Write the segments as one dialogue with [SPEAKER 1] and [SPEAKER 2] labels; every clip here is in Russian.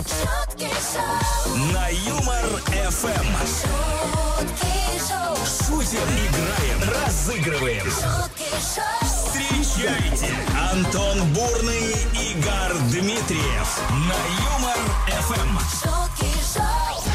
[SPEAKER 1] шутки шоу,
[SPEAKER 2] На Юмор ФМ
[SPEAKER 1] шутки шоу,
[SPEAKER 2] шутим, играем, разыгрываем.
[SPEAKER 1] шутки шоу,
[SPEAKER 2] Встречайте Антон Бурный, Игорь Дмитриев на Юмор Эм. ФМ.
[SPEAKER 1] шутки шоу,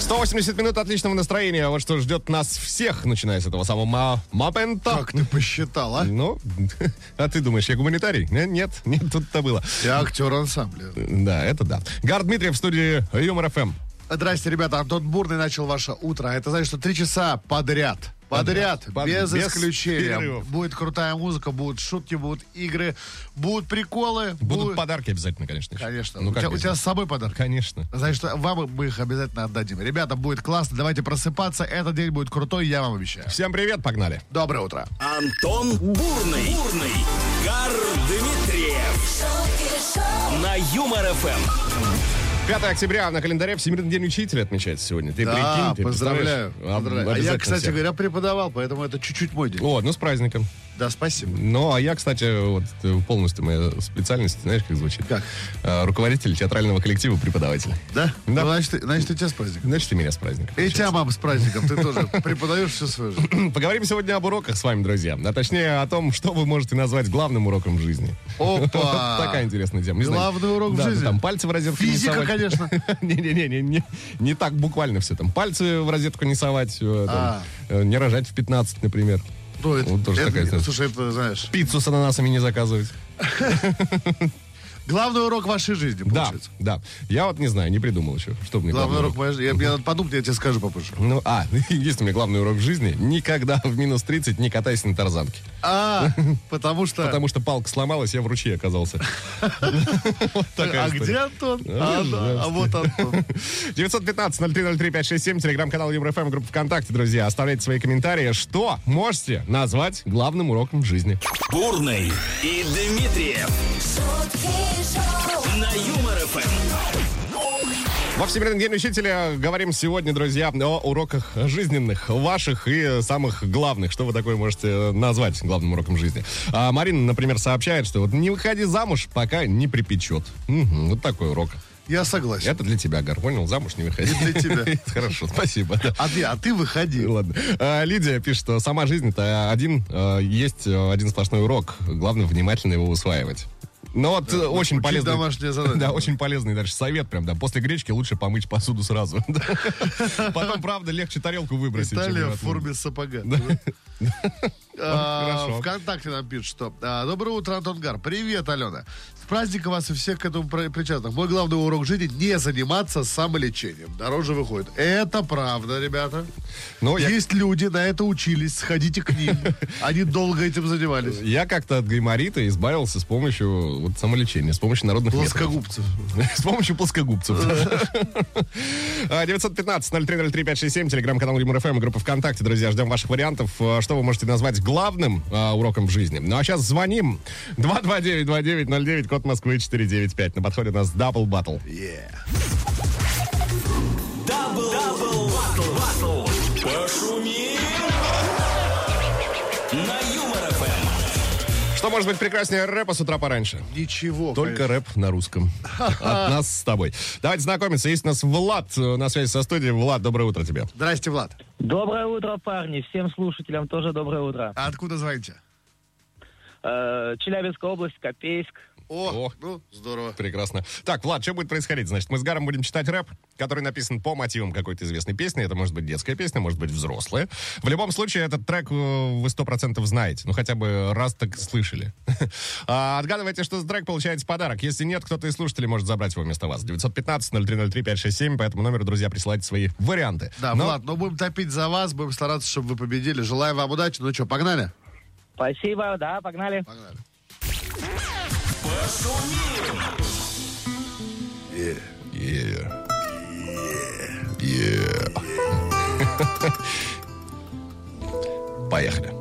[SPEAKER 3] 180 минут отличного настроения. Вот что ждет нас всех, начиная с этого самого ма- момента.
[SPEAKER 4] Как ты посчитал, а?
[SPEAKER 3] Ну, а ты думаешь, я гуманитарий? Э, Нет, нет, тут-то было.
[SPEAKER 4] Я актер ансамбля.
[SPEAKER 3] Да, это да. Гар Дмитриев в студии Юмор ФМ.
[SPEAKER 4] Здрасте, ребята. Антон Бурный начал ваше утро. Это значит, что три часа подряд. Подряд,
[SPEAKER 3] Под-
[SPEAKER 4] без,
[SPEAKER 3] без
[SPEAKER 4] исключения.
[SPEAKER 3] перерывов.
[SPEAKER 4] Будет крутая музыка, будут шутки, будут игры, будут приколы.
[SPEAKER 3] Будут
[SPEAKER 4] будет-
[SPEAKER 3] подарки обязательно, конечно. еще.
[SPEAKER 4] Конечно.
[SPEAKER 3] Ну,
[SPEAKER 4] у,
[SPEAKER 3] как
[SPEAKER 4] тебя, у
[SPEAKER 3] без
[SPEAKER 4] тебя
[SPEAKER 3] них?
[SPEAKER 4] с собой подарок.
[SPEAKER 3] Конечно.
[SPEAKER 4] Значит, вам мы их обязательно отдадим. Ребята, будет классно. Давайте просыпаться. Этот день будет крутой, я вам обещаю.
[SPEAKER 3] Всем привет, погнали.
[SPEAKER 4] Доброе утро.
[SPEAKER 2] Антон Бурный, Бурный, Гар Дмитриев
[SPEAKER 1] шутки шоу,
[SPEAKER 2] на Юмор Эм. ФМ.
[SPEAKER 3] 5 октября на календаре Всемирный день учителя отмечается сегодня. Ты
[SPEAKER 4] Да,
[SPEAKER 3] прикинь, ты
[SPEAKER 4] поздравляю.
[SPEAKER 3] представляешь? Об-
[SPEAKER 4] поздравляю. А я,
[SPEAKER 3] обязательно
[SPEAKER 4] кстати
[SPEAKER 3] всех.
[SPEAKER 4] говоря, преподавал, поэтому это чуть-чуть мой день.
[SPEAKER 3] О, ну с праздником.
[SPEAKER 4] Да, спасибо.
[SPEAKER 3] Ну, а я, кстати, вот э, полностью моя специальность, знаешь, как звучит?
[SPEAKER 4] Как?
[SPEAKER 3] Э, Руководитель театрального коллектива, преподаватель.
[SPEAKER 4] Да?
[SPEAKER 3] Да.
[SPEAKER 4] Ну, значит, ты- значит, и тебя с праздником.
[SPEAKER 3] Значит, и меня с праздником.
[SPEAKER 4] И тебя, мам, с праздником. Ты тоже преподаешь всю свою жизнь.
[SPEAKER 3] Поговорим сегодня об уроках с вами, друзья. А точнее, о том, что вы можете назвать главным уроком в жизни.
[SPEAKER 4] Опа!
[SPEAKER 3] Вот такая интересная тема. Не знаю.
[SPEAKER 4] А, Главный урок в
[SPEAKER 3] Да,
[SPEAKER 4] жизни?
[SPEAKER 3] Там пальцы в розетку не
[SPEAKER 4] Физика,
[SPEAKER 3] совать.
[SPEAKER 4] конечно.
[SPEAKER 3] Не-не-не, не- не- не так буквально все там. Пальцы в розетку не совать, э, там,
[SPEAKER 4] А.
[SPEAKER 3] э, не рожать в 15, например.
[SPEAKER 4] Ну, это,
[SPEAKER 3] Вот тоже
[SPEAKER 4] это-
[SPEAKER 3] такая, знаешь,
[SPEAKER 4] слушай, это, знаешь,
[SPEAKER 3] Пиццу с ананасами не заказывать.
[SPEAKER 4] главный урок вашей жизни,
[SPEAKER 3] Да,
[SPEAKER 4] получается.
[SPEAKER 3] да. Я вот не знаю, не придумал еще, что мне
[SPEAKER 4] Главный урок моей жизни. Я- Мне надо подумать, я тебе скажу попозже.
[SPEAKER 3] Ну, а, есть у меня главный урок в жизни. Никогда в минус 30 не катайся на тарзанке.
[SPEAKER 4] А, потому что...
[SPEAKER 3] Потому что палка сломалась, я в ручье оказался. Вот такая
[SPEAKER 4] А
[SPEAKER 3] история.
[SPEAKER 4] где Антон?
[SPEAKER 3] А,
[SPEAKER 4] А, да, а вот Антон.
[SPEAKER 3] 915-0303-567, телеграм-канал ЮморФМ, группа ВКонтакте, друзья. Оставляйте свои комментарии, что можете назвать главным уроком в жизни.
[SPEAKER 2] Бурный и Дмитриев
[SPEAKER 1] шутки шоу,
[SPEAKER 2] на Юмор Эм. ФМ.
[SPEAKER 3] Во Всемирный день учителя говорим сегодня, друзья, о уроках жизненных, ваших и самых главных. Что вы такое можете э, назвать главным уроком жизни? А Марина, например, сообщает, что вот не выходи замуж, пока не припечет. Мгм, вот такой урок.
[SPEAKER 4] Я согласен.
[SPEAKER 3] Это для тебя, Гар, понял? Замуж не выходи.
[SPEAKER 4] И для тебя.
[SPEAKER 3] Хорошо, спасибо. да.
[SPEAKER 4] А ты, а ты выходи.
[SPEAKER 3] Ладно. А, Лидия пишет, что сама жизнь это один, э, есть э, один сплошной урок. Главное внимательно его усваивать. Ну вот э, очень
[SPEAKER 4] учить
[SPEAKER 3] полезный.
[SPEAKER 4] домашнее задание.
[SPEAKER 3] Да, очень полезный дальше совет прям, да. После гречки лучше помыть посуду сразу. Да. Потом, правда, легче тарелку выбросить. чем
[SPEAKER 4] Италия в
[SPEAKER 3] ее отмыть.
[SPEAKER 4] форме сапога.
[SPEAKER 3] Ну,
[SPEAKER 4] А,
[SPEAKER 3] хорошо.
[SPEAKER 4] Вконтакте нам пишут, что а, Доброе утро, Антон Гар. Привет, Алена. С праздником вас и всех к этому про- причастных. Мой главный урок жизни – не заниматься самолечением. Дороже выходит. Это правда, ребята.
[SPEAKER 3] Ну, я,
[SPEAKER 4] Есть люди, на это учились. Сходите к ним. Они долго этим занимались.
[SPEAKER 3] я как-то от гайморита избавился с помощью вот, самолечения, с помощью народных методов.
[SPEAKER 4] Плоскогубцев.
[SPEAKER 3] С помощью плоскогубцев. А, 915-0303-567, телеграм-канал ЮморФМ, группа ВКонтакте, друзья. Ждем ваших вариантов. А, Что вы можете назвать главным а, уроком в жизни? Ну, а сейчас звоним. 229-2909, код Москвы 495. На подходе у нас Дабл Баттл.
[SPEAKER 2] Дабл, дабл, батл, батл. Пошумим на Юмор Эм. ФМ.
[SPEAKER 3] Что может быть прекраснее рэпа с утра пораньше?
[SPEAKER 4] Ничего.
[SPEAKER 3] Только
[SPEAKER 4] Ну, конечно.
[SPEAKER 3] рэп на русском. От нас с тобой. Давайте знакомиться. Есть у нас Влад э, на связи со студией. Влад, доброе утро тебе.
[SPEAKER 4] Здрасте, Влад.
[SPEAKER 5] Доброе утро, парни. Всем слушателям тоже доброе утро.
[SPEAKER 4] А откуда звоните?
[SPEAKER 5] Э, Челябинская область, Копейск.
[SPEAKER 3] О.
[SPEAKER 4] О, ну, здорово.
[SPEAKER 3] Прекрасно. Так, Влад, что будет происходить? Значит, мы с Гаром будем читать рэп, который написан по мотивам какой-то известной песни. Это может быть детская песня, может быть взрослая. В любом случае, этот трек э, вы 100% знаете. Ну, хотя бы раз так слышали. А, Отгадывайте, что за трек, получаете подарок. Если нет, кто-то из слушателей может забрать его вместо вас. 915-0303-567. По этому номеру, друзья, присылайте свои варианты.
[SPEAKER 4] Да,
[SPEAKER 3] Но-
[SPEAKER 4] Влад, но будем топить за вас, будем стараться, чтобы вы победили. Желаем вам удачи. Ну что, погнали?
[SPEAKER 5] Спасибо, да, погнали.
[SPEAKER 4] Погнали.
[SPEAKER 3] Yeah. Yeah. Поехали.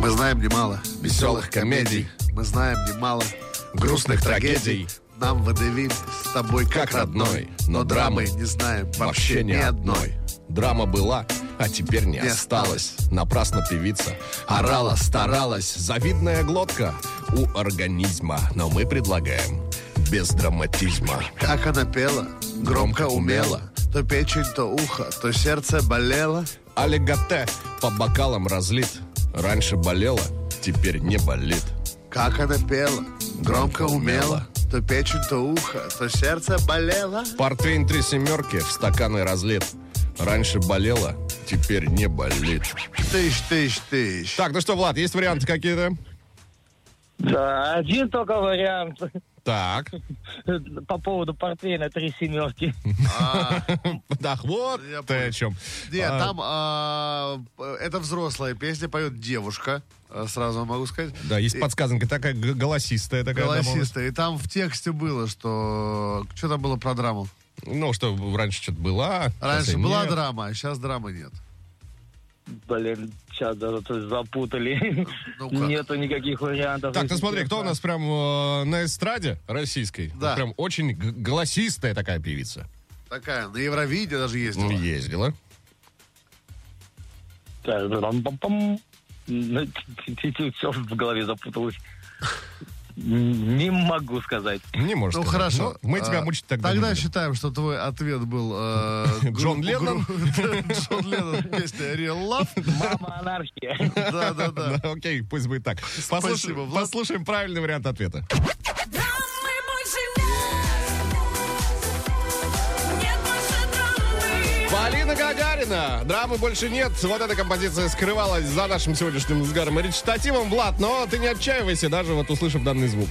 [SPEAKER 4] Мы знаем немало
[SPEAKER 3] Веселых комедий.
[SPEAKER 4] Мы знаем немало
[SPEAKER 3] Грустных трагедий.
[SPEAKER 4] Нам водевиль с тобой как,
[SPEAKER 3] Как
[SPEAKER 4] родной,
[SPEAKER 3] родной,
[SPEAKER 4] но
[SPEAKER 3] но
[SPEAKER 4] драмы
[SPEAKER 3] драмы
[SPEAKER 4] не знаем
[SPEAKER 3] Вообще ни одной. Драма была, а теперь не
[SPEAKER 4] Не
[SPEAKER 3] осталось. Напрасно певица орала, старалась. Завидная глотка у организма. Но мы предлагаем без драматизма.
[SPEAKER 4] Как она пела, громко умела, то печень, то ухо, то сердце болело.
[SPEAKER 3] Аллигате по бокалам разлит. Раньше болела, теперь не болит.
[SPEAKER 4] Как она пела, громко умела, то печень, то ухо, то сердце болело.
[SPEAKER 3] Портвейн три семерки в стаканы разлит. Раньше болела, теперь не болит.
[SPEAKER 4] Тыщ, тыщ, тыщ.
[SPEAKER 3] Так, ну что, Влад, есть варианты какие-то?
[SPEAKER 5] Да, один только вариант
[SPEAKER 3] Так.
[SPEAKER 5] по поводу портвейна три семерки.
[SPEAKER 3] Да, вот
[SPEAKER 4] Я
[SPEAKER 3] ты о
[SPEAKER 4] понял.
[SPEAKER 3] чем.
[SPEAKER 4] Не,
[SPEAKER 3] А,
[SPEAKER 4] А, там а, это взрослая песня, поет девушка, а, сразу могу сказать.
[SPEAKER 3] Да, есть
[SPEAKER 4] И-
[SPEAKER 3] подсказанка такая г- голосистая такая. добавилась.
[SPEAKER 4] Голосистая. И там в тексте было, что... Что там было про драму?
[SPEAKER 3] Ну, что раньше что-то была.
[SPEAKER 4] Раньше
[SPEAKER 3] сейчас и
[SPEAKER 4] была
[SPEAKER 3] нет.
[SPEAKER 4] драма, а сейчас драмы нет.
[SPEAKER 5] Блин, сейчас даже то есть, запутали.
[SPEAKER 4] Ну как?
[SPEAKER 5] Нету никаких вариантов.
[SPEAKER 3] Так,
[SPEAKER 5] если
[SPEAKER 3] ну смотри, кто у
[SPEAKER 5] честно.
[SPEAKER 3] нас прям э, на эстраде российской?
[SPEAKER 4] Да.
[SPEAKER 3] Прям очень г- голосистая такая певица.
[SPEAKER 4] Такая, на Евровидении даже ездила.
[SPEAKER 3] Ну, ездила.
[SPEAKER 5] Так, брам-пам-пам. Ну, т- т- т- Все в голове запуталось. Не могу сказать.
[SPEAKER 3] Не может.
[SPEAKER 4] Ну
[SPEAKER 3] сказать.
[SPEAKER 4] хорошо.
[SPEAKER 3] Ну, мы тебя
[SPEAKER 4] А,
[SPEAKER 3] мучить тогда не будем.
[SPEAKER 4] считаем, что твой ответ был... э,
[SPEAKER 3] Джон
[SPEAKER 4] гру-
[SPEAKER 3] Леннон?
[SPEAKER 4] гру- Джон Леннон, песня Real Love.
[SPEAKER 5] Мама анархия.
[SPEAKER 4] Да-да-да.
[SPEAKER 3] Да, Окей, пусть будет так. Послушаем,
[SPEAKER 4] Влад.
[SPEAKER 3] послушаем правильный вариант ответа.
[SPEAKER 1] Драмы больше нет. Нет больше драмы.
[SPEAKER 3] Полина Гагарина. Драмы больше нет. Вот эта композиция скрывалась за нашим сегодняшним сгаром и речитативом, Влад. Но ты не отчаивайся, даже вот услышав данный звук.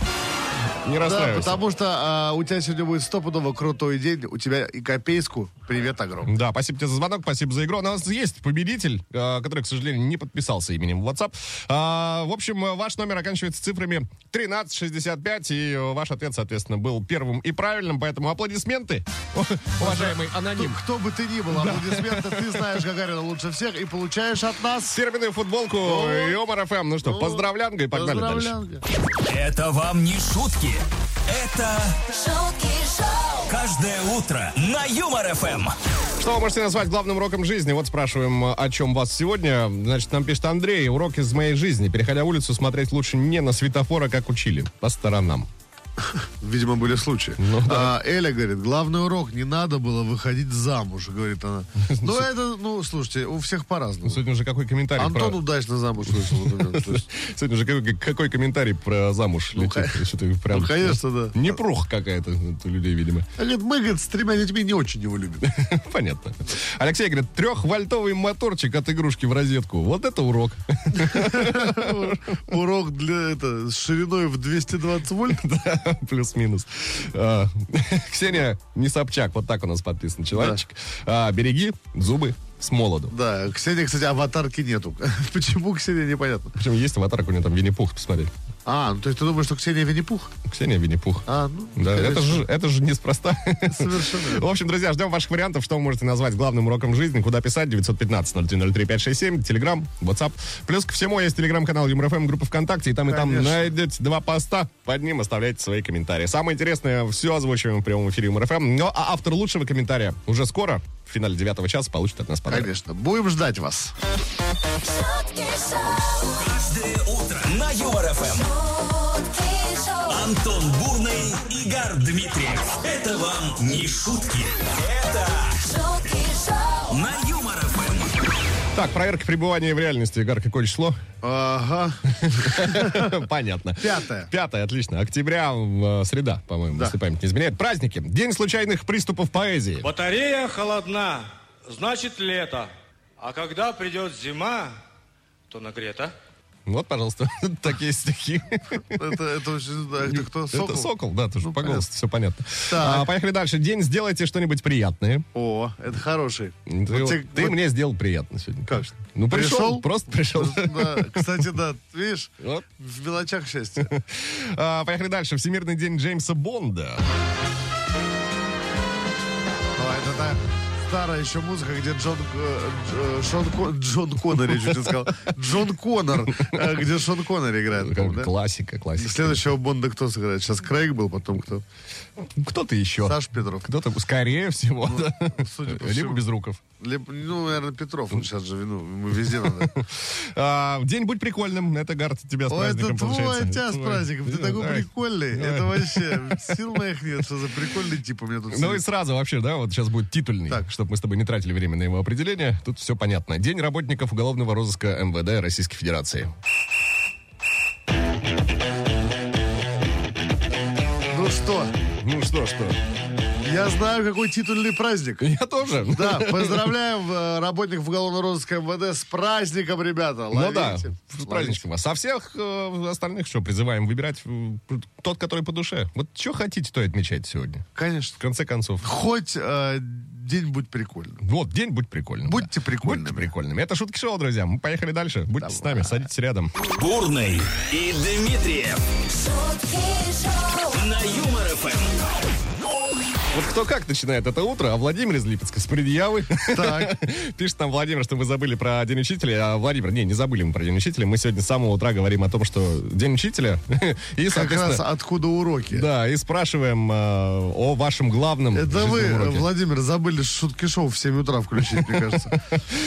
[SPEAKER 3] Не
[SPEAKER 4] Да,
[SPEAKER 3] расстраивайся.
[SPEAKER 4] потому что а, у тебя сегодня будет стопудово крутой день. У тебя и копейску. Привет огромный.
[SPEAKER 3] Да, спасибо тебе за звонок, спасибо за игру. У нас есть победитель, э, который, к сожалению, не подписался именем в WhatsApp. А, В общем, э, ваш номер оканчивается цифрами 1365, и э, ваш ответ, соответственно, был первым и правильным, поэтому аплодисменты, уважаемый аноним.
[SPEAKER 4] Кто бы ты ни был, аплодисменты, ты знаешь Гагарина лучше всех и получаешь от нас...
[SPEAKER 3] Фирменную футболку Юмор ФМ. Ну что, поздравлянка и погнали дальше.
[SPEAKER 4] поздравлянки.
[SPEAKER 2] Это вам не шутки. Это
[SPEAKER 1] Шутки шоу.
[SPEAKER 2] каждое утро на Юмор ФМ.
[SPEAKER 3] Что вы можете назвать главным уроком жизни? Вот спрашиваем, э, о чем вас сегодня. Значит, нам пишет Андрей. Урок из моей жизни. Переходя улицу, смотреть лучше не на светофора, как учили. По сторонам.
[SPEAKER 4] Видимо, были случаи. А, Эля говорит, главный урок, не надо было выходить замуж, говорит она. Ну, это, ну, слушайте, у всех по-разному.
[SPEAKER 3] Сегодня уже какой комментарий
[SPEAKER 4] Антон
[SPEAKER 3] про-
[SPEAKER 4] удачно замуж вышел. вот у него, то есть.
[SPEAKER 3] Сегодня же какой, какой комментарий про замуж
[SPEAKER 4] Ну,
[SPEAKER 3] летит?
[SPEAKER 4] ко-
[SPEAKER 3] Что-то прям-
[SPEAKER 4] ну, конечно, да.
[SPEAKER 3] Непруха какая-то у людей, видимо.
[SPEAKER 4] А Говорит, мы, говорит, с тремя детьми не очень его любим.
[SPEAKER 3] Понятно. Алексей говорит, трехвольтовый моторчик от игрушки в розетку. Вот это урок.
[SPEAKER 4] Урок для, это, с шириной в 220 вольт.
[SPEAKER 3] Да, Плюс-минус. А, Ксения не Собчак, вот так у нас подписан человечек. А, Береги зубы с молоду.
[SPEAKER 4] Да, Ксения, кстати, аватарки нету. Почему Ксения, непонятно.
[SPEAKER 3] Причем есть аватарка, у нее там Винни-Пух, посмотри.
[SPEAKER 4] А, ну, то есть ты думаешь, что Ксения Винни-Пух?
[SPEAKER 3] Ксения Винни-Пух.
[SPEAKER 4] А, ну,
[SPEAKER 3] Да,
[SPEAKER 4] скорее
[SPEAKER 3] это
[SPEAKER 4] всего.
[SPEAKER 3] же, это же неспроста.
[SPEAKER 4] Совершенно.
[SPEAKER 3] В общем, друзья, ждем ваших вариантов, что вы можете назвать главным уроком жизни, куда писать, 915-0303-567, Телеграм, WhatsApp. Плюс ко всему есть Телеграм-канал ЮморФМ, группа ВКонтакте, и там и там
[SPEAKER 4] Конечно.
[SPEAKER 3] найдете два поста, под ним оставляйте свои комментарии. Самое интересное, все озвучиваем в прямом эфире ЮморФМ, но а автор лучшего комментария уже скоро, в финале девятого часа, получит от нас подарок.
[SPEAKER 4] Конечно. Будем ждать вас.
[SPEAKER 1] Шутки шоу.
[SPEAKER 2] Каждое утро на Юмор ФМ.
[SPEAKER 1] Шутки шоу.
[SPEAKER 2] Антон Бурный, Игорь Дмитриев. Это вам не шутки. Это
[SPEAKER 1] Шутки шоу.
[SPEAKER 2] на Юмор ФМ.
[SPEAKER 3] Так, проверка пребывания в реальности. Игорь, какое число?
[SPEAKER 4] Ага.
[SPEAKER 3] Понятно.
[SPEAKER 4] Пятое.
[SPEAKER 3] Пятое, отлично. Октября, э, среда, по-моему,
[SPEAKER 4] Да.
[SPEAKER 3] если память не изменяет. Праздники. День случайных приступов поэзии.
[SPEAKER 6] Батарея холодна, значит лето. А когда придет зима, то нагрета.
[SPEAKER 3] Вот, пожалуйста, такие стихи.
[SPEAKER 4] Это, это очень... да, Это кто? Сокол? Ну,
[SPEAKER 3] Это сокол, да, тоже по голосу, все понятно.
[SPEAKER 4] Так.
[SPEAKER 3] А, Поехали дальше. День сделайте что-нибудь приятное.
[SPEAKER 4] О, это хороший.
[SPEAKER 3] Ну, Ты,
[SPEAKER 4] Вот те-
[SPEAKER 3] ты
[SPEAKER 4] вот-
[SPEAKER 3] мне сделал приятно сегодня.
[SPEAKER 4] Как?
[SPEAKER 3] Ну, пришел,
[SPEAKER 4] Пришел?
[SPEAKER 3] просто пришел.
[SPEAKER 4] Да, кстати, да, видишь,
[SPEAKER 3] Вот.
[SPEAKER 4] в мелочах счастье.
[SPEAKER 3] А, поехали дальше. Всемирный день Джеймса Бонда.
[SPEAKER 4] О, это так. старая еще музыка, где Джон, э, Дж- э, Шон Кон- Джон Коннор, я чуть не сказал. Джон Коннор, э, где Шон Коннор
[SPEAKER 3] Ну,
[SPEAKER 4] играет. по-моему, да?
[SPEAKER 3] Классика, классика.
[SPEAKER 4] Следующего Бонда кто сыграет? Сейчас Крейг был, потом кто?
[SPEAKER 3] Кто-то еще.
[SPEAKER 4] Саш Петров.
[SPEAKER 3] Кто-то, скорее всего, да.
[SPEAKER 4] Ну, судя по
[SPEAKER 3] Либо
[SPEAKER 4] всему.
[SPEAKER 3] Безруков.
[SPEAKER 4] Либо, ну, наверное, Петров. Он сейчас же, ну, ему везде надо.
[SPEAKER 3] А, День будь прикольным. Это, Гард, тебя с
[SPEAKER 4] О, это
[SPEAKER 3] праздником
[SPEAKER 4] твой
[SPEAKER 3] получается. Ну,
[SPEAKER 4] отец с праздником. Ты
[SPEAKER 3] Да,
[SPEAKER 4] такой
[SPEAKER 3] да.
[SPEAKER 4] прикольный. Это вообще сил моих нет, что за прикольный тип у меня тут.
[SPEAKER 3] Ну и
[SPEAKER 4] сидит.
[SPEAKER 3] сразу вообще, да, вот сейчас будет титульный,
[SPEAKER 4] Так.
[SPEAKER 3] чтобы мы с тобой не тратили время на его определение. Тут все понятно. День работников уголовного розыска МВД Российской Федерации.
[SPEAKER 4] Ну что,
[SPEAKER 3] Ну что, что?
[SPEAKER 4] я знаю, какой титульный праздник.
[SPEAKER 3] Я тоже.
[SPEAKER 4] Да, поздравляем э, работников уголовного розыска МВД с праздником, ребята.
[SPEAKER 3] Ну да,
[SPEAKER 4] Ловите.
[SPEAKER 3] с праздничком. А со всех э, остальных что, призываем выбирать э, тот, который по душе. Вот что хотите, то и отмечайте сегодня.
[SPEAKER 4] Конечно.
[SPEAKER 3] В конце концов.
[SPEAKER 4] Хоть э, день будь прикольным.
[SPEAKER 3] Вот, день будь прикольным.
[SPEAKER 4] Будьте прикольными.
[SPEAKER 3] Будьте прикольными. Это Шутки Шоу, друзья. Мы поехали дальше. Будьте с нами, садитесь рядом.
[SPEAKER 2] Бурный и Дмитриев
[SPEAKER 1] шутки шоу,
[SPEAKER 2] на Юмор ФМ.
[SPEAKER 3] Вот кто как начинает это утро, а Владимир из Липецка с предъявы.
[SPEAKER 4] Так.
[SPEAKER 3] Пишет нам Владимир, что вы забыли про День Учителя. А, Владимир, не, не забыли мы про День Учителя. Мы сегодня с самого утра говорим о том, что День Учителя. И,
[SPEAKER 4] Как раз
[SPEAKER 3] соответственно,
[SPEAKER 4] откуда уроки.
[SPEAKER 3] да, и спрашиваем э, о вашем главном
[SPEAKER 4] Это
[SPEAKER 3] жизненном
[SPEAKER 4] вы, э,
[SPEAKER 3] уроке.
[SPEAKER 4] Владимир, забыли шутки шоу в 7 утра включить, мне кажется.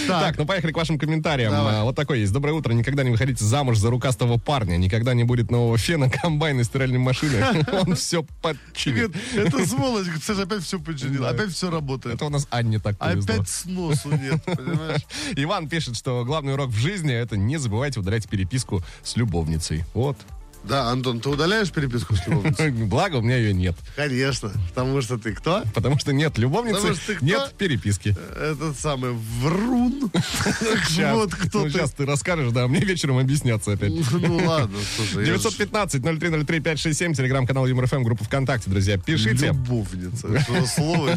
[SPEAKER 3] Так, ну поехали к вашим комментариям.
[SPEAKER 4] Давай.
[SPEAKER 3] А, Вот такой есть. Доброе утро. Никогда не выходите замуж за рукастого парня. Никогда не будет нового фена, комбайна и стиральной машины. Он все подчинит.
[SPEAKER 4] Говорит, Это сволочь, говорит, Саша опять все подчинил, опять все работает.
[SPEAKER 3] Это у нас Анне так повезло.
[SPEAKER 4] Опять сносу нет, понимаешь?
[SPEAKER 3] Иван пишет, что главный урок в жизни это не забывайте удалять переписку с любовницей. Вот. Ну,
[SPEAKER 4] Да, Антон, ты удаляешь переписку с любовницей?
[SPEAKER 3] Благо, у меня ее нет.
[SPEAKER 4] Конечно, потому что ты кто?
[SPEAKER 3] Потому что нет любовницы,
[SPEAKER 4] Потому что ты кто?
[SPEAKER 3] нет переписки.
[SPEAKER 4] Этот самый врун.
[SPEAKER 3] Щас.
[SPEAKER 4] Вот кто
[SPEAKER 3] Ну,
[SPEAKER 4] ты.
[SPEAKER 3] Сейчас ты расскажешь, да, мне вечером объясняться опять.
[SPEAKER 4] Ну ладно, слушай. я ж
[SPEAKER 3] 915-0303-567, телеграм-канал ЮморФМ, группа ВКонтакте, друзья, пишите.
[SPEAKER 4] Любовница. Это же слово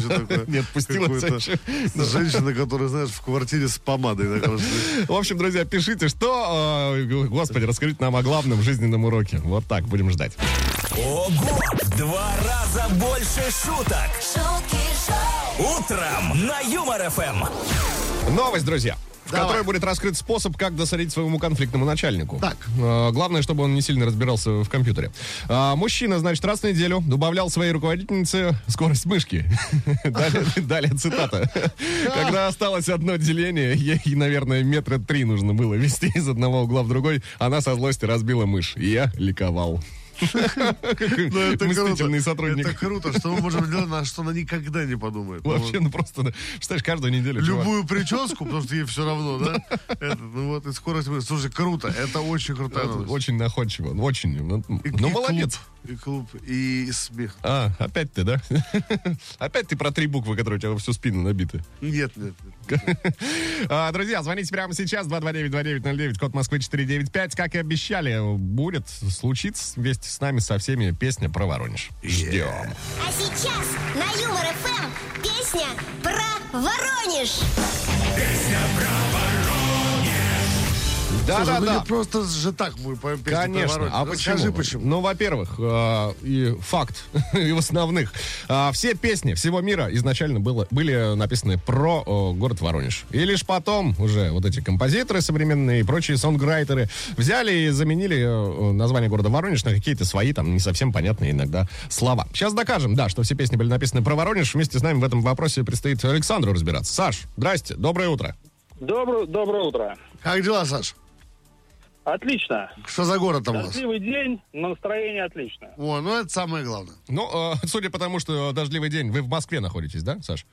[SPEAKER 4] что такое?
[SPEAKER 3] Не отпустила
[SPEAKER 4] Какое-то
[SPEAKER 3] тебя еще.
[SPEAKER 4] Женщина, которая, знаешь, в квартире с помадой. так раз-
[SPEAKER 3] В общем, друзья, пишите, что... э, господи, расскажите нам о главном жизненном уроке. Вот так, будем ждать.
[SPEAKER 2] Ого! В Два раза больше шуток.
[SPEAKER 1] шутки шоу,
[SPEAKER 2] Утром на Юмор ФМ.
[SPEAKER 3] Новость, друзья. В
[SPEAKER 4] Давай.
[SPEAKER 3] которой будет раскрыт способ, как досадить своему конфликтному начальнику.
[SPEAKER 4] Так.
[SPEAKER 3] Э, главное, чтобы он не сильно разбирался в компьютере. А, мужчина, значит, раз в неделю добавлял своей руководительнице скорость мышки. Далее далее цитата. Когда осталось одно деление, ей, наверное, метра три нужно было вести из одного угла в другой, она со злости разбила мышь. И Я ликовал. Какой
[SPEAKER 4] Ну, это
[SPEAKER 3] Мстительный
[SPEAKER 4] круто.
[SPEAKER 3] сотрудник.
[SPEAKER 4] Это круто, что мы можем сделать, на что она никогда не подумает. Ну,
[SPEAKER 3] Вообще, ну просто, да, представляешь, каждую неделю. чувак.
[SPEAKER 4] Любую прическу, потому что ей все равно, да? Это, ну вот, и скорость вырос. Слушай, круто, это очень крутая
[SPEAKER 3] Это
[SPEAKER 4] новость.
[SPEAKER 3] Очень находчиво, очень. Ну,
[SPEAKER 4] И-
[SPEAKER 3] ну,
[SPEAKER 4] и
[SPEAKER 3] молодец.
[SPEAKER 4] клуб, и клуб, и смех.
[SPEAKER 3] А, опять ты, да? Опять ты про три буквы, которые у тебя во всю спину набиты.
[SPEAKER 4] Ну, Нет, нет, нет.
[SPEAKER 3] А, друзья, звоните прямо сейчас, 229-2909, код Москвы 495. Как и обещали, будет случиться вместе с нами со всеми песня про Воронеж. Ждем.
[SPEAKER 7] А сейчас на Юмор ФМ песня про Воронеж.
[SPEAKER 4] Слушай, ну
[SPEAKER 3] Да-да-да.
[SPEAKER 4] не просто же так мы поем песню
[SPEAKER 3] Конечно.
[SPEAKER 4] «Поворот».
[SPEAKER 3] А почему?
[SPEAKER 4] Расскажи, почему.
[SPEAKER 3] Ну, во-первых, э, и факт, и в основных. э, Все песни всего мира изначально было, были написаны про э, город Воронеж. И лишь потом уже вот эти композиторы современные и прочие сонграйтеры взяли и заменили э, название города Воронеж на какие-то свои там не совсем понятные иногда слова. Сейчас докажем, да, что все песни были написаны про Воронеж. Вместе с нами в этом вопросе предстоит Александру разбираться. Саш, здрасте, доброе утро.
[SPEAKER 8] Доброе, доброе утро.
[SPEAKER 4] Как дела, Саш?
[SPEAKER 8] Отлично.
[SPEAKER 4] Что за город там у вас?
[SPEAKER 8] Дождливый день, но настроение отлично.
[SPEAKER 4] О, ну это самое главное.
[SPEAKER 3] Ну, э, судя по тому, что дождливый день, вы в Москве находитесь, да, Саш?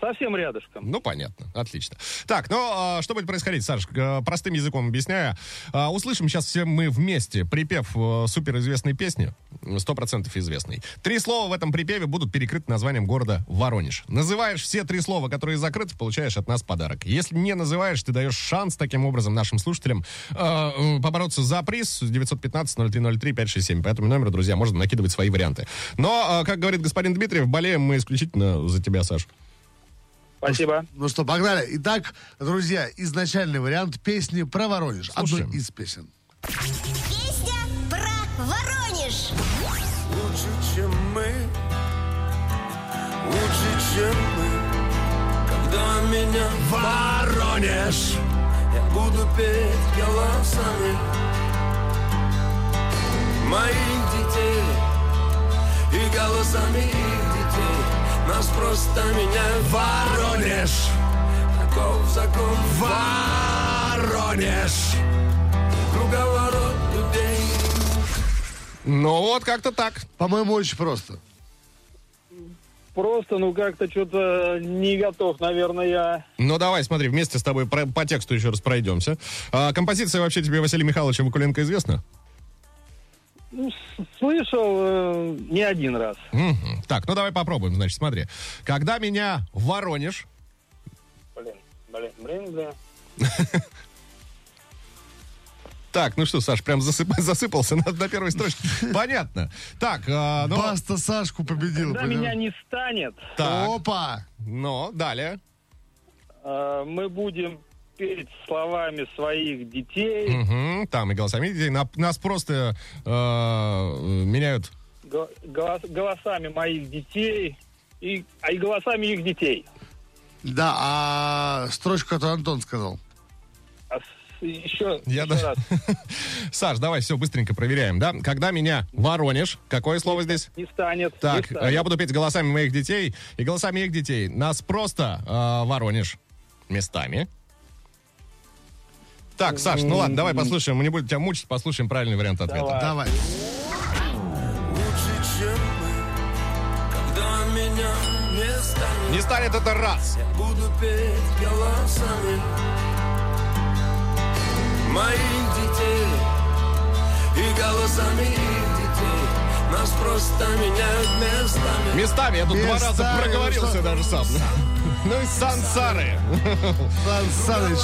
[SPEAKER 8] Совсем рядышком.
[SPEAKER 3] Ну, понятно. Отлично. Так, ну, а, что будет происходить, Саш? Э, Простым языком объясняя. а, Услышим сейчас все мы вместе припев э, суперизвестной песни, м, 100% известной. Три слова в этом припеве будут перекрыты названием города Воронеж. Называешь все три слова, которые закрыты, получаешь от нас подарок. Если не называешь, ты даешь шанс таким образом нашим слушателям э, э, побороться за приз 915-0303-567. По этому номеру, друзья, можно накидывать свои варианты. Но, э, как говорит господин Дмитриев, болеем мы исключительно за тебя, Саш.
[SPEAKER 8] Спасибо.
[SPEAKER 4] Ну что, погнали. Итак, друзья, изначальный вариант песни про Воронеж.
[SPEAKER 3] Слушаем.
[SPEAKER 4] Одной из песен.
[SPEAKER 7] Песня про Воронеж.
[SPEAKER 9] лучше, чем мы, лучше, чем мы. меня в Воронеж Я буду петь голосами Моих детей И голосами их детей Нас просто меняют в Воронеж Таков закон Воронеж Круговорот людей
[SPEAKER 3] Ну вот, как-то так.
[SPEAKER 4] По-моему, очень просто.
[SPEAKER 8] Просто, ну как-то что-то не готов, наверное, я.
[SPEAKER 3] Ну давай, смотри, вместе с тобой про- по тексту еще раз пройдемся. А, композиция вообще тебе Василия Михайловича Вакуленко известна?
[SPEAKER 8] Ну, с- слышал э, не один раз.
[SPEAKER 3] Мгм. Так, ну давай попробуем, значит, смотри. Когда меня в Воронеж...
[SPEAKER 8] Блин, блин, блин, блин.
[SPEAKER 3] Так, ну что, Саш, прям засып- засыпался на, на первой строчке. Понятно. Так, а, ну,
[SPEAKER 4] Баста Сашку победил.
[SPEAKER 8] Когда
[SPEAKER 4] понимаешь?
[SPEAKER 8] меня не станет,
[SPEAKER 3] так,
[SPEAKER 4] Опа!
[SPEAKER 3] ну, далее.
[SPEAKER 8] э, мы будем петь словами своих детей.
[SPEAKER 3] Мгм, там и голосами детей. На- Нас просто э, меняют.
[SPEAKER 8] го- голос- голосами моих детей. И, а и голосами их детей.
[SPEAKER 4] Да, а строчку, которую Антон сказал.
[SPEAKER 8] А с- еще,
[SPEAKER 3] Я
[SPEAKER 8] еще
[SPEAKER 3] даже-
[SPEAKER 8] раз.
[SPEAKER 3] Саш, давай все быстренько проверяем, да? Когда меня Воронеж, какое слово здесь?
[SPEAKER 8] Не станет. не
[SPEAKER 3] Так, а
[SPEAKER 8] станет.
[SPEAKER 3] я буду петь голосами моих детей и голосами их детей. Нас просто э, Воронеж местами. Так, Саш, ну ладно, давай послушаем. Мы не будем тебя мучить, послушаем правильный вариант ответа.
[SPEAKER 4] Давай.
[SPEAKER 9] Лучше, чем мы Когда меня не станет
[SPEAKER 3] Не станет это раз.
[SPEAKER 9] Я буду петь голосами моих детей и голосами их детей. Нас просто меняют местами.
[SPEAKER 3] Местами, я тут два раза
[SPEAKER 4] Местами,
[SPEAKER 3] проговорился
[SPEAKER 4] ну что?
[SPEAKER 3] даже сам. Ну и сансары.
[SPEAKER 4] Сан Саныч,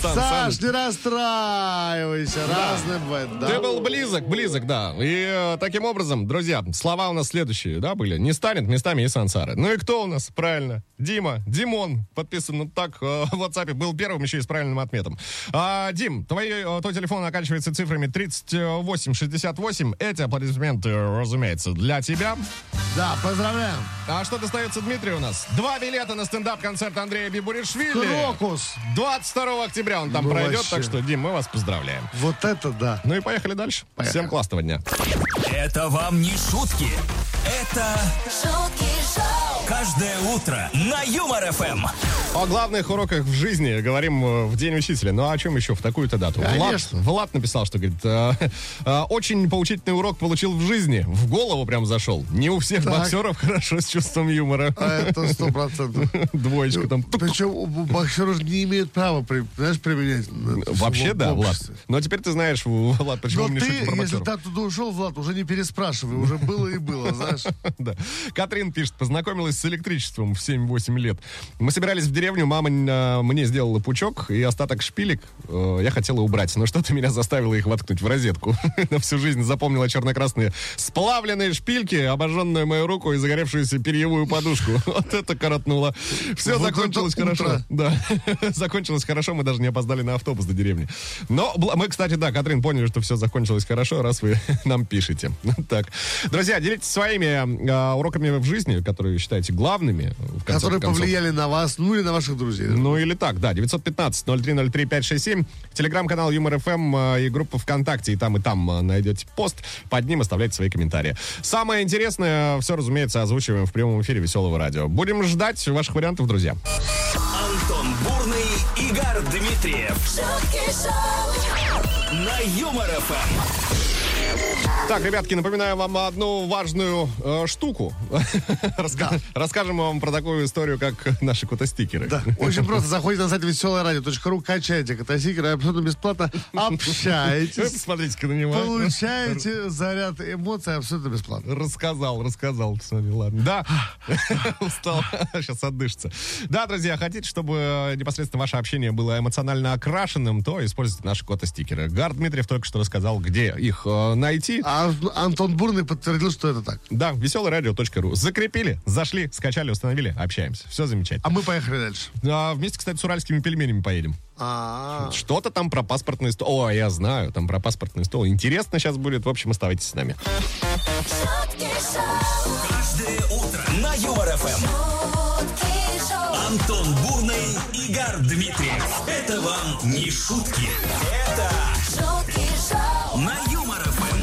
[SPEAKER 3] Сансары.
[SPEAKER 4] Саш, не расстраивайся. Разное бывает. да.
[SPEAKER 3] Ты был близок, близок, да. И э, таким образом, друзья, слова у нас следующие, да, были. Не станет местами и сансары. Ну и кто у нас? Правильно. Дима. Димон. Подписан ну, так э, в WhatsApp. Был первым еще и с правильным отметом. А, Дим, твой, э, твой телефон оканчивается цифрами 3868. Эти аплодисменты, разумеется, для тебя.
[SPEAKER 4] Да, поздравляем.
[SPEAKER 3] А что достается Дмитрию у нас? Два билета на стендап-концерт Андрея Бибуришвили.
[SPEAKER 4] Крокус.
[SPEAKER 3] 22 октября он там
[SPEAKER 4] Ну,
[SPEAKER 3] пройдет,
[SPEAKER 4] вообще.
[SPEAKER 3] так что, Дим, мы вас поздравляем.
[SPEAKER 4] Вот это да.
[SPEAKER 3] Ну и поехали дальше. Всем классного дня.
[SPEAKER 2] Это вам не шутки. Это
[SPEAKER 1] шутки шоу,
[SPEAKER 2] каждое утро на Юмор ФМ.
[SPEAKER 3] О главных уроках в жизни говорим э, в День учителя. Ну а о чем еще в такую-то дату? Влад,
[SPEAKER 4] Конечно.
[SPEAKER 3] Влад написал, что говорит, э, э, очень поучительный урок получил в жизни. В голову прям зашел. Не у всех
[SPEAKER 4] Так.
[SPEAKER 3] боксеров хорошо с чувством юмора.
[SPEAKER 4] А э, Это сто процентов.
[SPEAKER 3] Двоечка там. Тук.
[SPEAKER 4] Причем у- у боксеры же не имеют права, при- знаешь, применять. э,
[SPEAKER 3] Вообще
[SPEAKER 4] в
[SPEAKER 3] да, Влад.
[SPEAKER 4] обществе.
[SPEAKER 3] Но теперь ты знаешь, у- Влад, почему
[SPEAKER 4] Но
[SPEAKER 3] мы не
[SPEAKER 4] ты,
[SPEAKER 3] шутим про
[SPEAKER 4] если
[SPEAKER 3] боксеров.
[SPEAKER 4] так туда ушел, Влад, уже не переспрашивай, уже было и было, знаешь.
[SPEAKER 3] Да. Катрин пишет, познакомилась с электричеством в 7-8 лет. Мы собирались в деревню, мама э, мне сделала пучок и остаток шпилек э, я хотела убрать, но что-то меня заставило их воткнуть в розетку. На всю жизнь запомнила черно-красные сплавленные шпильки, обожженную мою руку и загоревшуюся перьевую подушку. Вот это коротнуло. Все
[SPEAKER 4] Вот это
[SPEAKER 3] закончилось
[SPEAKER 4] утро.
[SPEAKER 3] хорошо. Да, закончилось хорошо, мы даже не опоздали на автобус до деревни. Но бл- мы, кстати, да, Катрин, поняли, что все закончилось хорошо, раз вы нам пишете. Так, друзья, делитесь своими а, уроками в жизни, которые считаете главными. В конце
[SPEAKER 4] Которые
[SPEAKER 3] концов.
[SPEAKER 4] повлияли на вас, ну или на ваших друзей.
[SPEAKER 3] Ну или так, да, 915-0303-567, телеграм-канал Юмор ФМ а, и группа ВКонтакте, и там, и там э, найдете пост, под ним оставляйте свои комментарии. Самое интересное, все, разумеется, озвучиваем в прямом эфире Веселого радио. Будем ждать ваших вариантов, друзья.
[SPEAKER 2] Антон Бурный, Игорь Дмитриев
[SPEAKER 1] шутки шоу,
[SPEAKER 2] на Юмор ФМ.
[SPEAKER 3] Так, ребятки, напоминаю вам одну важную э, штуку. Раска- Расскажем мы вам про такую историю, как наши кутостикеры.
[SPEAKER 4] Да. Очень просто. Заходите на сайт веселорадио.ру, качаете катасикеры абсолютно бесплатно,
[SPEAKER 3] Вы
[SPEAKER 4] общаетесь,
[SPEAKER 3] Посмотрите-ка на него.
[SPEAKER 4] получаете заряд эмоций абсолютно бесплатно.
[SPEAKER 3] Рассказал, рассказал, посмотри, ладно. Да, устал, сейчас отдышится. Да, друзья, хотите, чтобы непосредственно ваше общение было эмоционально окрашенным, то используйте наши кота-стикеры. Гар Дмитриев только что рассказал, где их э, найти.
[SPEAKER 4] А Антон Бурный подтвердил, что это так.
[SPEAKER 3] Да, веселорадио.ру. Закрепили, зашли, скачали, установили, общаемся. Все замечательно.
[SPEAKER 4] А мы поехали дальше.
[SPEAKER 3] А вместе, кстати, с уральскими пельменями поедем.
[SPEAKER 4] А,
[SPEAKER 3] Что-то там про паспортный стол. О, я знаю, там про паспортный стол. Интересно сейчас будет. В общем, оставайтесь с нами.
[SPEAKER 1] шутки шоу,
[SPEAKER 2] Каждое утро на Юмор ФМ.
[SPEAKER 1] шутки шоу.
[SPEAKER 2] Антон Бурный, Игорь Дмитриев. Это вам не шутки. Это
[SPEAKER 1] шутки шоу,
[SPEAKER 2] на Юмор ФМ.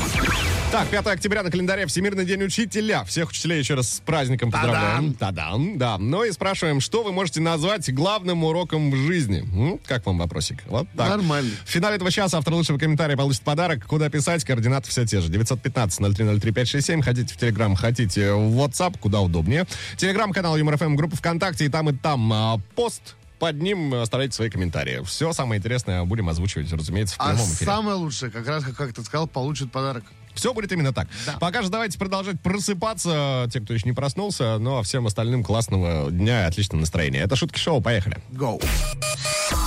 [SPEAKER 3] Так, 5 октября на календаре Всемирный день учителя. Всех учителей еще раз с праздником поздравляем. Та-дам, да. Ну и спрашиваем, что вы можете назвать главным уроком в жизни? М? Как вам вопросик? Вот так.
[SPEAKER 4] Нормально.
[SPEAKER 3] В финале этого часа автор лучшего комментария получит подарок. Куда писать? Координаты все те же. 915-0303-567. Хотите в Телеграм, хотите в WhatsApp, куда удобнее. Телеграм-канал ЮморФМ, группа ВКонтакте. И там, и там а, пост. Под ним оставляйте свои комментарии. Все самое интересное будем озвучивать, разумеется, в
[SPEAKER 4] А
[SPEAKER 3] прямом эфире.
[SPEAKER 4] самое лучшее, как раз, как, как ты сказал, получит подарок.
[SPEAKER 3] Все будет именно так. Пока же давайте продолжать просыпаться, те, кто еще не проснулся, ну а всем остальным классного дня и отличного настроения. Это Шутки Шоу, поехали.
[SPEAKER 4] Go.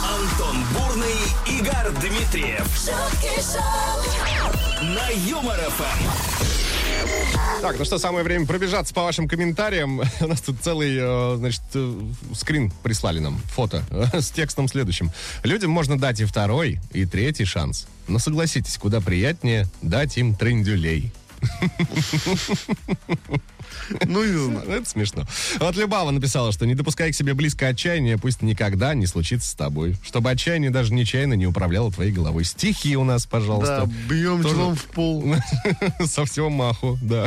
[SPEAKER 2] Антон Бурный, Игорь Дмитриев.
[SPEAKER 1] шутки шоу,
[SPEAKER 2] На Юмор ФМ.
[SPEAKER 3] Так, ну что, самое время пробежаться по вашим комментариям. У нас тут целый, э, значит, э, скрин прислали нам, фото, э, с текстом следующим. Людям можно дать и второй, и третий шанс. Но согласитесь, куда приятнее дать им трендюлей.
[SPEAKER 4] Ну, не знаю.
[SPEAKER 3] Ну, Это смешно. Вот Любава написала, что не допускай к себе близко отчаяние, пусть никогда не случится с тобой. Чтобы отчаяние даже нечаянно не управляло твоей головой. Стихи у нас,
[SPEAKER 4] Да,
[SPEAKER 3] пожалуйста.
[SPEAKER 4] бьем
[SPEAKER 3] Тоже-
[SPEAKER 4] челом в пол.
[SPEAKER 3] Со всего маху, да.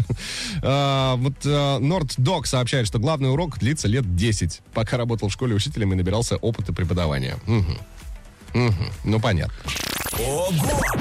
[SPEAKER 3] А, вот а, Норд Док сообщает, что главный урок длится лет 10, пока работал в школе учителем и набирался опыта преподавания. Мгм. Мгм. Ну, понятно.
[SPEAKER 2] Ого!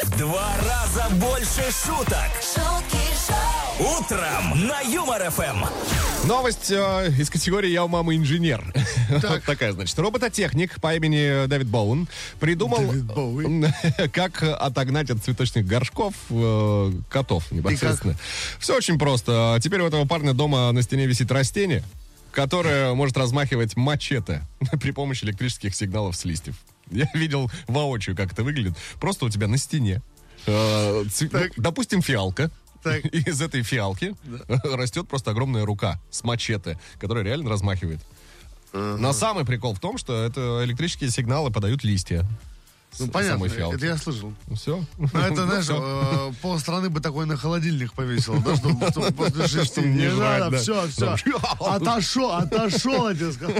[SPEAKER 2] В два раза больше шуток.
[SPEAKER 1] шутки шоу,
[SPEAKER 2] Утром на Юмор ФМ.
[SPEAKER 3] Новость э, из категории «Я у мамы инженер». Вот такая, значит. Робототехник по имени Дэвид Боун придумал,
[SPEAKER 4] Дэвид Боуи.
[SPEAKER 3] э, как отогнать от цветочных горшков э, котов непосредственно. Все очень просто. Теперь у этого парня дома на стене висит растение, которое может размахивать мачете при помощи электрических сигналов с листьев. Я видел воочию, как это выглядит. Просто у тебя на стене, э, цве-
[SPEAKER 4] Так.
[SPEAKER 3] ну, допустим, фиалка,
[SPEAKER 4] Так.
[SPEAKER 3] и из этой фиалки растет просто огромная рука с мачете, которая реально размахивает. Но самый прикол в том, что это электрические сигналы подают листья. с-
[SPEAKER 4] Ну, понятно,
[SPEAKER 3] самой фиалки.
[SPEAKER 4] это я слышал.
[SPEAKER 3] Все.
[SPEAKER 4] Ну, это, знаешь, э, полстраны бы такой на холодильник повесил, да, чтобы, чтобы после шести
[SPEAKER 3] Чтобы не
[SPEAKER 4] не
[SPEAKER 3] жрать,
[SPEAKER 4] надо,
[SPEAKER 3] да.
[SPEAKER 4] все, все.
[SPEAKER 3] Да.
[SPEAKER 4] Отошел, отошел, я тебе сказал.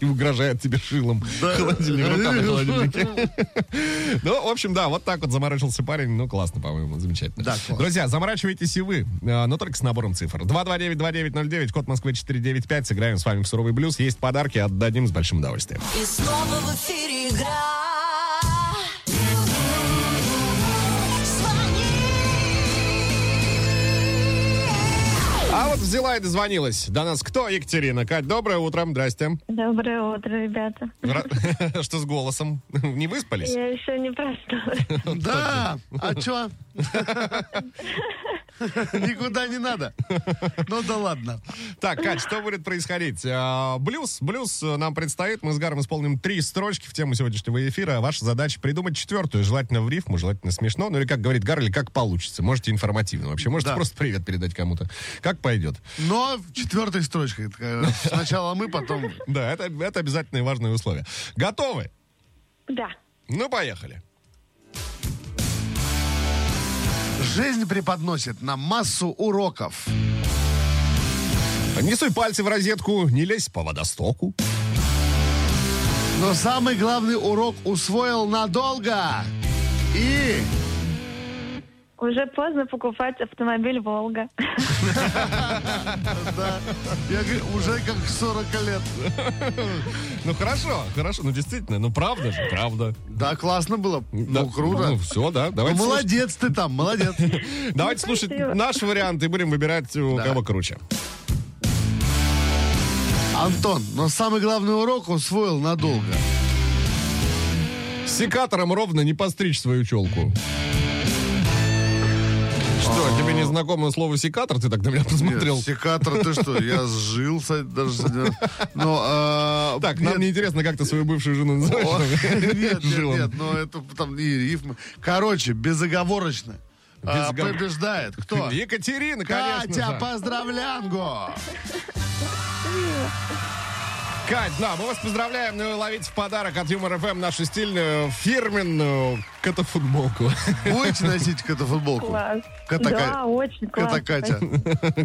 [SPEAKER 3] И угрожает тебе шилом. Холодильник, рука на холодильнике. Ну, в общем, да, вот так вот заморочился парень. Ну, классно, по-моему, замечательно.
[SPEAKER 4] Да, классно.
[SPEAKER 3] Друзья, заморачивайтесь и вы, э, но только с набором цифр. 229-2909, код Москвы 495. Сыграем с вами в «Суровый блюз». Есть подарки, отдадим с большим удовольствием.
[SPEAKER 1] и снова в эфире игра.
[SPEAKER 3] А вот взяла и дозвонилась. До нас кто? Екатерина. Кать, доброе утро. Здрасте.
[SPEAKER 10] Доброе утро, ребята.
[SPEAKER 3] Ра- Что с голосом? Не выспались?
[SPEAKER 10] Я еще не проснулась.
[SPEAKER 4] Да, а чё? Никуда не надо. Ну да ладно.
[SPEAKER 3] Так, Кать, что будет происходить? А, Блюз, блюз э, нам предстоит. Мы с Гаром исполним три строчки в тему сегодняшнего эфира. Ваша задача придумать четвертую. Желательно в рифму, желательно смешно. Ну или, как говорит Гар, или как получится. Можете информативно вообще. Можете
[SPEAKER 4] Да.
[SPEAKER 3] просто привет передать кому-то. Как пойдет.
[SPEAKER 4] Но четвертой строчкой. э, Сначала мы, потом...
[SPEAKER 3] Да, это, это обязательное и важное условие. Готовы?
[SPEAKER 10] Да.
[SPEAKER 3] Ну, поехали.
[SPEAKER 4] Жизнь преподносит нам массу уроков.
[SPEAKER 3] Не суй пальцы в розетку, не лезь по водостоку.
[SPEAKER 4] Но самый главный урок усвоил надолго. И...
[SPEAKER 10] Уже поздно покупать автомобиль «Волга».
[SPEAKER 4] Да, я говорю, уже как 40 лет.
[SPEAKER 3] Ну, хорошо, хорошо. Ну, действительно, ну, правда же, правда.
[SPEAKER 4] Да, классно было.
[SPEAKER 3] Да.
[SPEAKER 4] Ну, круто.
[SPEAKER 3] Ну, все, да.
[SPEAKER 4] Ну,
[SPEAKER 3] Давайте слушать,
[SPEAKER 4] молодец ты там, молодец.
[SPEAKER 3] давайте слушать
[SPEAKER 10] спасибо.
[SPEAKER 3] наш вариант и будем выбирать, у
[SPEAKER 4] Да.
[SPEAKER 3] кого круче.
[SPEAKER 4] Антон, но самый главный урок усвоил надолго.
[SPEAKER 3] С секатором ровно не постричь свою челку. Что, тебе не знакомо слово секатор? Ты так на меня посмотрел.
[SPEAKER 4] А. Нет, секатор, ты что, я сжил с- даже. с ним. Но, а,
[SPEAKER 3] Так,
[SPEAKER 4] нет,
[SPEAKER 3] нам не интересно, как ты свою бывшую жену
[SPEAKER 4] о,
[SPEAKER 3] называешь.
[SPEAKER 4] Нет, нет,
[SPEAKER 3] Жил он.
[SPEAKER 4] нет, но это там и рифмы. Короче, безоговорочно. а,
[SPEAKER 3] Безоговор-
[SPEAKER 4] Побеждает. Кто?
[SPEAKER 3] Екатерина, конечно
[SPEAKER 4] Катя,
[SPEAKER 3] же.
[SPEAKER 4] поздравлянго!
[SPEAKER 3] Кать, да, мы вас поздравляем, ну и ловите в подарок от Юмор ФМ нашу стильную фирменную котофутболку.
[SPEAKER 4] Будете носить кота-футболку?
[SPEAKER 10] Класс.
[SPEAKER 4] Кота
[SPEAKER 10] Да,
[SPEAKER 4] Катя.
[SPEAKER 10] очень классно.
[SPEAKER 4] Кота Катя.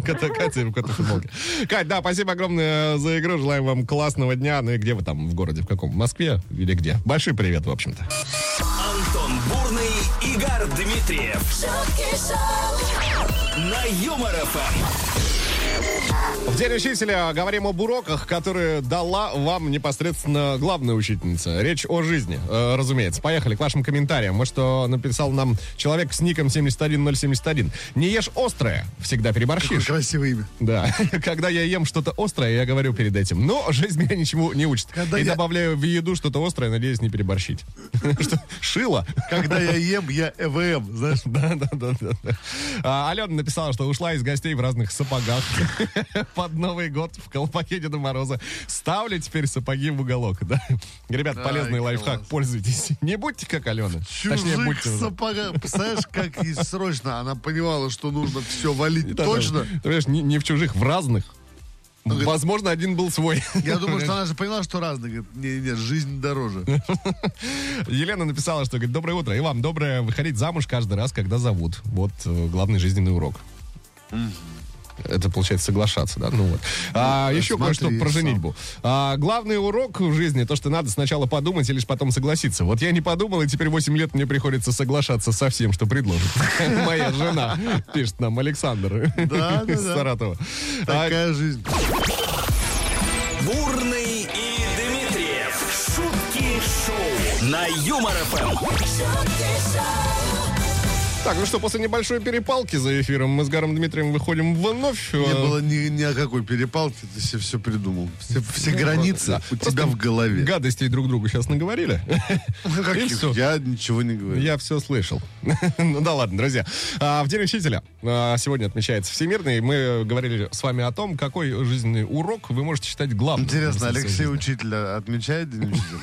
[SPEAKER 3] Кота Катя в котофутболке. Кать, да, спасибо огромное за игру, желаем вам классного дня. Ну и где вы там, в городе, в каком? В Москве или где? Большой привет, в общем-то.
[SPEAKER 2] Антон Бурный, Игорь Дмитриев
[SPEAKER 1] шутки шоу,
[SPEAKER 2] на Юмор ФМ.
[SPEAKER 3] В День учителя говорим об уроках, которые дала вам непосредственно главная учительница. Речь о жизни, э, разумеется. Поехали к вашим комментариям. Вот что написал нам человек с ником 71071. Не ешь острое, всегда
[SPEAKER 4] Какое
[SPEAKER 3] переборщишь.
[SPEAKER 4] красивое имя.
[SPEAKER 3] Да, когда я ем что-то острое, я говорю перед этим. Но жизнь меня ничему не учит.
[SPEAKER 4] Когда
[SPEAKER 3] и
[SPEAKER 4] я-
[SPEAKER 3] добавляю в еду что-то острое, надеюсь, не переборщить. Что? Шило?
[SPEAKER 4] Когда я ем, я ЭВМ, знаешь.
[SPEAKER 3] Да, да, да, да. да. А, Алена написала, что ушла из гостей в разных сапогах под Новый год в колпаке Деда Мороза. Ставлю теперь сапоги в уголок. Да? Ребят, полезный
[SPEAKER 4] Ай,
[SPEAKER 3] лайфхак,
[SPEAKER 4] класс.
[SPEAKER 3] пользуйтесь. Не будьте как Алена. Точнее,
[SPEAKER 4] Чужих
[SPEAKER 3] будьте. уже.
[SPEAKER 4] сапогах. Представляешь, как и срочно. Она понимала, что нужно все валить.
[SPEAKER 3] Да, да.
[SPEAKER 4] Точно. Ну,
[SPEAKER 3] Ты понимаешь, не, не в чужих, в разных.
[SPEAKER 4] говорит-
[SPEAKER 3] Возможно, один был свой.
[SPEAKER 4] Я думаю, что она же поняла, что разные. Говорит, не, не, жизнь дороже.
[SPEAKER 3] Елена написала, что говорит, доброе утро. И вам доброе выходить замуж каждый раз, когда зовут. Вот э, главный жизненный урок. Это получается соглашаться, да? Ну вот. А, еще
[SPEAKER 4] смотри
[SPEAKER 3] кое-что про
[SPEAKER 4] сам.
[SPEAKER 3] женитьбу. А, главный урок в жизни то, что надо сначала подумать и лишь потом согласиться. Вот я не подумал, и теперь 8 лет мне приходится соглашаться со всем, что предложит. Моя жена, пишет нам Александр
[SPEAKER 4] Да, да,
[SPEAKER 3] из
[SPEAKER 4] да. э,
[SPEAKER 3] Саратова. А,
[SPEAKER 4] Такая жизнь.
[SPEAKER 2] Бурный и Дмитриев. Шутки шоу на Юмор ФМ.
[SPEAKER 1] шутки шоу,
[SPEAKER 3] Так, ну что, после небольшой перепалки за эфиром мы с Гаром Дмитрием выходим вновь.
[SPEAKER 4] Не
[SPEAKER 3] А,
[SPEAKER 4] было ни, ни о какой перепалке, ты себе все придумал. Все, все границы
[SPEAKER 3] Да.
[SPEAKER 4] у
[SPEAKER 3] Просто
[SPEAKER 4] тебя в голове.
[SPEAKER 3] Гадостей друг другу сейчас наговорили.
[SPEAKER 4] Каких?
[SPEAKER 3] всё.
[SPEAKER 4] Я ничего не говорю.
[SPEAKER 3] Я все слышал. ну да ладно, друзья. А, в День учителя а, сегодня отмечается Всемирный. Мы говорили с вами о том, какой жизненный урок вы можете считать главным.
[SPEAKER 4] Интересно,
[SPEAKER 3] в своей
[SPEAKER 4] Алексей
[SPEAKER 3] жизни.
[SPEAKER 4] Учитель отмечает День Учителя?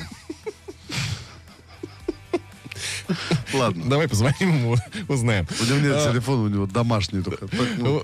[SPEAKER 4] Ладно.
[SPEAKER 3] Давай позвоним ему, узнаем.
[SPEAKER 4] У него нет
[SPEAKER 3] А,
[SPEAKER 4] телефона, у него домашний только. Так,
[SPEAKER 3] Ну,
[SPEAKER 4] ну,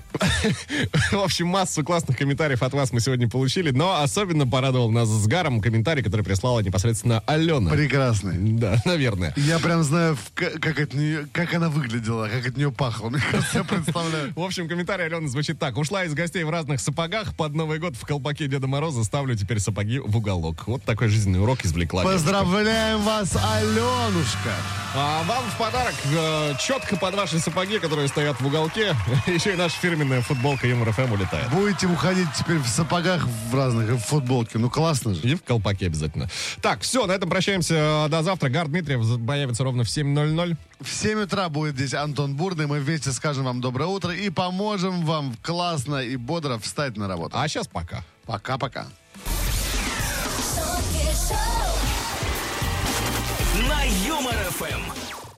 [SPEAKER 3] В общем, массу классных комментариев от вас мы сегодня получили, но особенно порадовал нас с Гаром комментарий, который прислала непосредственно Алена.
[SPEAKER 4] Прекрасный.
[SPEAKER 3] Да, наверное.
[SPEAKER 4] Я прям знаю, в ка- как, от нее, как она выглядела, как от нее пахло. Мне кажется, я представляю.
[SPEAKER 3] В общем, комментарий Алены звучит так. Ушла из гостей в разных сапогах. Под Новый год в колпаке Деда Мороза ставлю теперь сапоги в уголок. Вот такой жизненный урок извлекла.
[SPEAKER 4] Поздравляем вас, Аленушка!
[SPEAKER 3] А вам в подарок э, четко под ваши сапоги, которые стоят в уголке, еще и наша фирменная футболка Юмор ФМ улетает.
[SPEAKER 4] Будете уходить теперь в сапогах в разных, и в футболке. Ну, классно же.
[SPEAKER 3] И в колпаке обязательно. Так, все, на этом прощаемся. До завтра. Гар Дмитриев появится ровно в 7.00.
[SPEAKER 4] В 7 утра будет здесь Антон Бурный. Мы вместе скажем вам доброе утро и поможем вам классно и бодро встать на работу.
[SPEAKER 3] А сейчас пока.
[SPEAKER 4] Пока-пока.
[SPEAKER 1] шутки шоу.
[SPEAKER 2] На Юмор ФМ.